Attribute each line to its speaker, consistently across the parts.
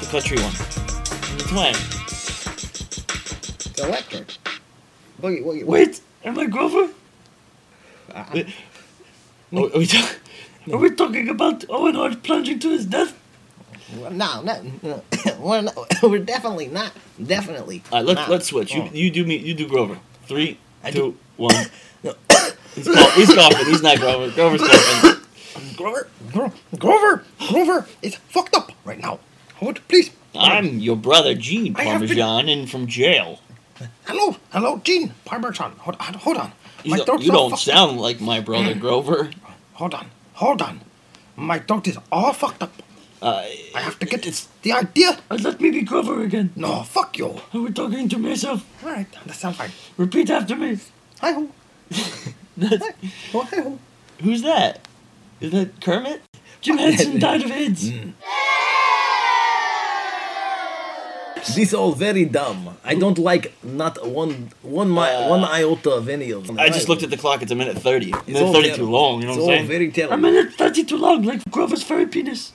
Speaker 1: The country one. Which one?
Speaker 2: It's electric. Wait, wait,
Speaker 1: Wait, am I grover?
Speaker 2: I-
Speaker 1: Are, Uh-uh. Oh, are we talk- are we talking about Owen Hart plunging to his death?
Speaker 2: I- no, no, no. we're, not, we're definitely not. Definitely.
Speaker 1: All right, let's
Speaker 2: not.
Speaker 1: let's switch. You
Speaker 2: Oh.
Speaker 1: you do me. You do Grover. Three,
Speaker 2: I
Speaker 1: two, one. he's, cough- he's coughing. He's not Grover. Grover's coughing.
Speaker 2: Grover, Grover, Grover, Grover is fucked up right now. Howard, please.
Speaker 1: I'm your brother Gene
Speaker 2: I have been-
Speaker 1: Parmesan, and from jail.
Speaker 2: Hello, hello, Gene Parmesan. Hold on, hold on.
Speaker 1: You don't,
Speaker 2: throat's
Speaker 1: you
Speaker 2: all
Speaker 1: don't
Speaker 2: fucked
Speaker 1: sound like my brother Grover.
Speaker 2: up. Hold on, hold on. My throat is all fucked up.
Speaker 1: Uh,
Speaker 2: I have to get this. The idea?
Speaker 1: let me be Grover again.
Speaker 2: No, fuck you. All
Speaker 1: I was talking to myself.
Speaker 2: right, that sounds fine.
Speaker 1: Repeat after me.
Speaker 2: Hi ho. Oh, hi ho.
Speaker 1: Who's that? Is that Kermit? Jim Henson died of AIDS.
Speaker 3: Mm, These all very dumb. I don't like not one one mi-
Speaker 1: Uh,
Speaker 3: one iota of any of them.
Speaker 1: I just looked at the clock. It's a minute thirty. A
Speaker 3: all
Speaker 1: minute thirty too
Speaker 3: terrible.
Speaker 1: long. You know
Speaker 3: It's
Speaker 1: what I'm
Speaker 3: all
Speaker 1: saying?
Speaker 3: very terrible.
Speaker 1: A minute thirty too long, like Grover's furry penis.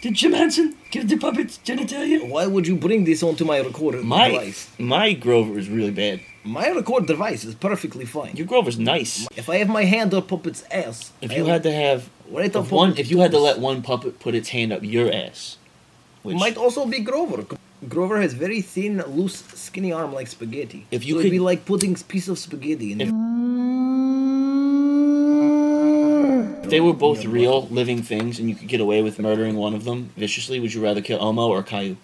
Speaker 1: Did Jim Henson give the puppets genitalia?
Speaker 3: Why would you bring this onto my recorder
Speaker 1: My
Speaker 3: device?
Speaker 1: my Grover is really bad.
Speaker 3: My record device is perfectly fine.
Speaker 1: Your Grover's nice.
Speaker 3: if I have my hand on Puppet's ass,
Speaker 1: If
Speaker 3: I
Speaker 1: you
Speaker 3: will-
Speaker 1: had to have
Speaker 3: Right
Speaker 1: if
Speaker 3: up
Speaker 1: one,
Speaker 3: on-
Speaker 1: if you had to let one puppet put its hand up your ass, which
Speaker 3: might also be Grover. Grover has very thin, loose, skinny arm like spaghetti.
Speaker 1: If you
Speaker 3: so it'd be
Speaker 1: could-
Speaker 3: like putting s- piece of spaghetti in.
Speaker 1: If-
Speaker 3: your-
Speaker 1: if they were both real living things and you could get away with murdering one of them viciously, would you rather kill Elmo or Caillou?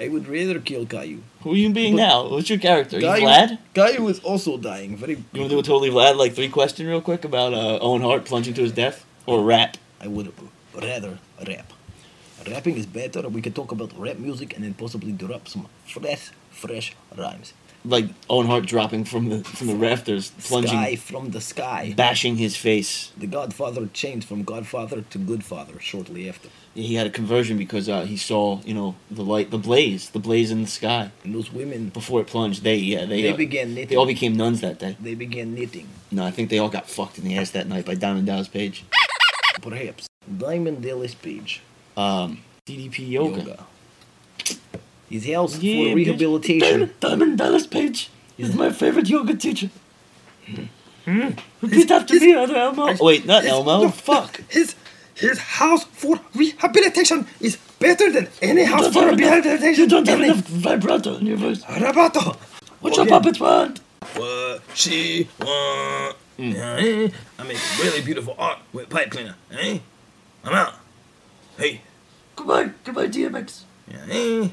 Speaker 3: I would rather kill Caillou.
Speaker 1: Who are you being
Speaker 3: But-
Speaker 1: now? What's your character? Are you
Speaker 3: Caillou,
Speaker 1: Vlad?
Speaker 3: Caillou is also dying. Very.
Speaker 1: You want to do a totally Vlad like three question real quick about uh, Owen Hart plunging to his death or rap?
Speaker 3: I would rather rap. Rapping is better. We can talk about rap music and then possibly drop some fresh, fresh rhymes.
Speaker 1: like Owen Hart dropping from the from the rafters, plunging,
Speaker 3: Sky from the sky.
Speaker 1: bashing his face.
Speaker 3: The Godfather changed from Godfather to Good Father shortly after.
Speaker 1: He had a conversion because uh, he saw you know the light, the blaze, the blaze in the sky
Speaker 3: And those women,
Speaker 1: before it plunged. They yeah they
Speaker 3: They
Speaker 1: uh,
Speaker 3: began knitting.
Speaker 1: they all became nuns that day.
Speaker 3: they began knitting.
Speaker 1: No, I think they all got fucked in the ass that night by Diamond Dallas Page.
Speaker 3: Perhaps. Diamond Dallas Page.
Speaker 1: Um, DDP yoga.
Speaker 3: Yoga. His house
Speaker 1: Yeah,
Speaker 3: for
Speaker 1: bitch.
Speaker 3: rehabilitation.
Speaker 1: Diamond, Diamond Dallas Page is my favorite yoga teacher. Hmm. Repeat after me, other Elmo. Oh, Wait, not Elmo. fuck.
Speaker 2: His his house for rehabilitation is better than any
Speaker 1: You
Speaker 2: house
Speaker 1: don't
Speaker 2: for
Speaker 1: have enough-
Speaker 2: rehabilitation.
Speaker 1: you don't have
Speaker 2: any-
Speaker 1: enough vibrato in your voice.
Speaker 2: Roboto.
Speaker 1: What's
Speaker 3: Oh,
Speaker 1: your
Speaker 3: yeah.
Speaker 1: puppet want?
Speaker 3: What she want.
Speaker 1: Mm.
Speaker 3: Eh? I make really beautiful art with pipe cleaner. Eh? I'm out. Hey.
Speaker 1: Goodbye, goodbye, DMX.
Speaker 3: Eh?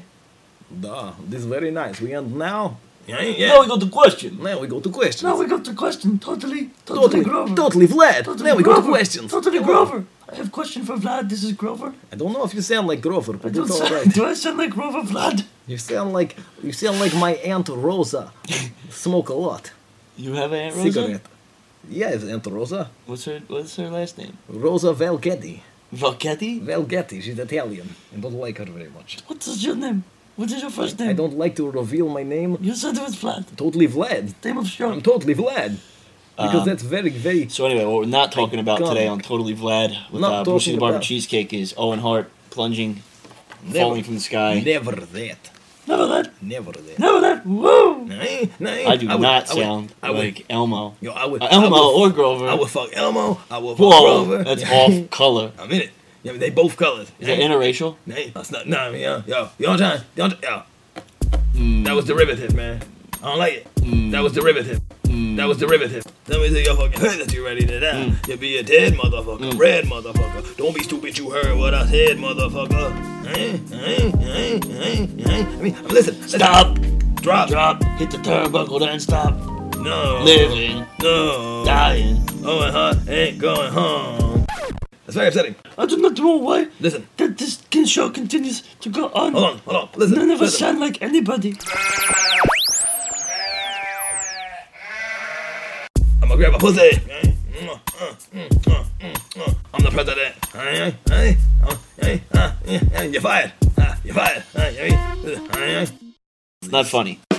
Speaker 3: Duh, this is very nice. We end now. Yeah, yeah.
Speaker 1: Now we got the question.
Speaker 3: Now we go to questions.
Speaker 1: Now we got the question. Totally, Mm. totally,
Speaker 3: totally,
Speaker 1: Grover.
Speaker 3: totally Vlad.
Speaker 1: Totally
Speaker 3: now we go to
Speaker 1: Grover.
Speaker 3: questions.
Speaker 1: Totally
Speaker 3: Come on.
Speaker 1: Grover. I have question for Vlad. This is Grover.
Speaker 3: I don't know if you sound like Grover,
Speaker 1: I
Speaker 3: but
Speaker 1: don't
Speaker 3: it's
Speaker 1: sound,
Speaker 3: alright.
Speaker 1: Do I sound like Grover Vlad?
Speaker 3: You sound like you sound like my aunt Rosa. Smoke a lot.
Speaker 1: You have Aunt
Speaker 3: Cigarette. Yes, Aunt Rosa.
Speaker 1: What's her What's her last name?
Speaker 3: Rosa Valgetti.
Speaker 1: Valchetti.
Speaker 3: Valgetti. She's Italian. I don't like her very much.
Speaker 1: What is your name? What is your first name?
Speaker 3: I don't like to reveal my name.
Speaker 1: You said it was Vlad.
Speaker 3: Totally Vlad.
Speaker 1: Name of show.
Speaker 3: I'm totally Vlad. Because
Speaker 1: Um,
Speaker 3: that's very, very.
Speaker 1: So anyway, what we're not talking about
Speaker 3: God.
Speaker 1: today on Totally Vlad with
Speaker 3: Not
Speaker 1: uh, Brucey
Speaker 3: talking
Speaker 1: the Barber
Speaker 3: about-
Speaker 1: Cheesecake is Owen Hart plunging,
Speaker 3: Never.
Speaker 1: falling from the sky.
Speaker 3: Never that.
Speaker 1: Never that.
Speaker 3: Never that.
Speaker 1: Never that. Woo!
Speaker 3: Nay, nay.
Speaker 1: I do
Speaker 3: would-
Speaker 1: not
Speaker 3: I would-
Speaker 1: sound
Speaker 3: I would-
Speaker 1: like Elmo.
Speaker 3: Yo, I would.
Speaker 1: Uh,
Speaker 3: I
Speaker 1: Elmo
Speaker 3: would-
Speaker 1: or Grover.
Speaker 3: I would fuck Elmo. I would fuck
Speaker 1: Whoa,
Speaker 3: Grover.
Speaker 1: that's off color.
Speaker 3: I'm in it. Yeah, they both colors.
Speaker 1: Is that interracial?
Speaker 3: Hey, that's not, nah, man, yo, yo, you know what I'm trying, you know, yo. That was derivative, man. I don't like it. That was derivative. That was derivative. Let me tell your fucking head that you ready to die.
Speaker 1: Mm.
Speaker 3: You be a dead motherfucker, red motherfucker. Don't be stupid, you heard what I said, motherfucker. Eh, eh, eh, eh, eh. I mean, listen, listen.
Speaker 1: Stop.
Speaker 3: Drop.
Speaker 1: Drop. Hit the turnbuckle, then stop.
Speaker 3: No.
Speaker 1: Living.
Speaker 3: No.
Speaker 1: Dying.
Speaker 3: Oh, and hot ain't going home. That's very upsetting.
Speaker 1: I do not know why
Speaker 3: Listen,
Speaker 1: that this kin- show continues to go on.
Speaker 3: hold on, hold on. Listen,
Speaker 1: None of us
Speaker 3: listen.
Speaker 1: sound like anybody.
Speaker 3: I'm gonna grab a pussy. Eh? Mm, uh, mm, uh, mm, uh. I'm the president. Eh, eh, eh, uh, eh, uh, eh, eh, You're fired. Uh, You're fired. Uh, you mean, uh, eh, eh.
Speaker 1: It's not funny.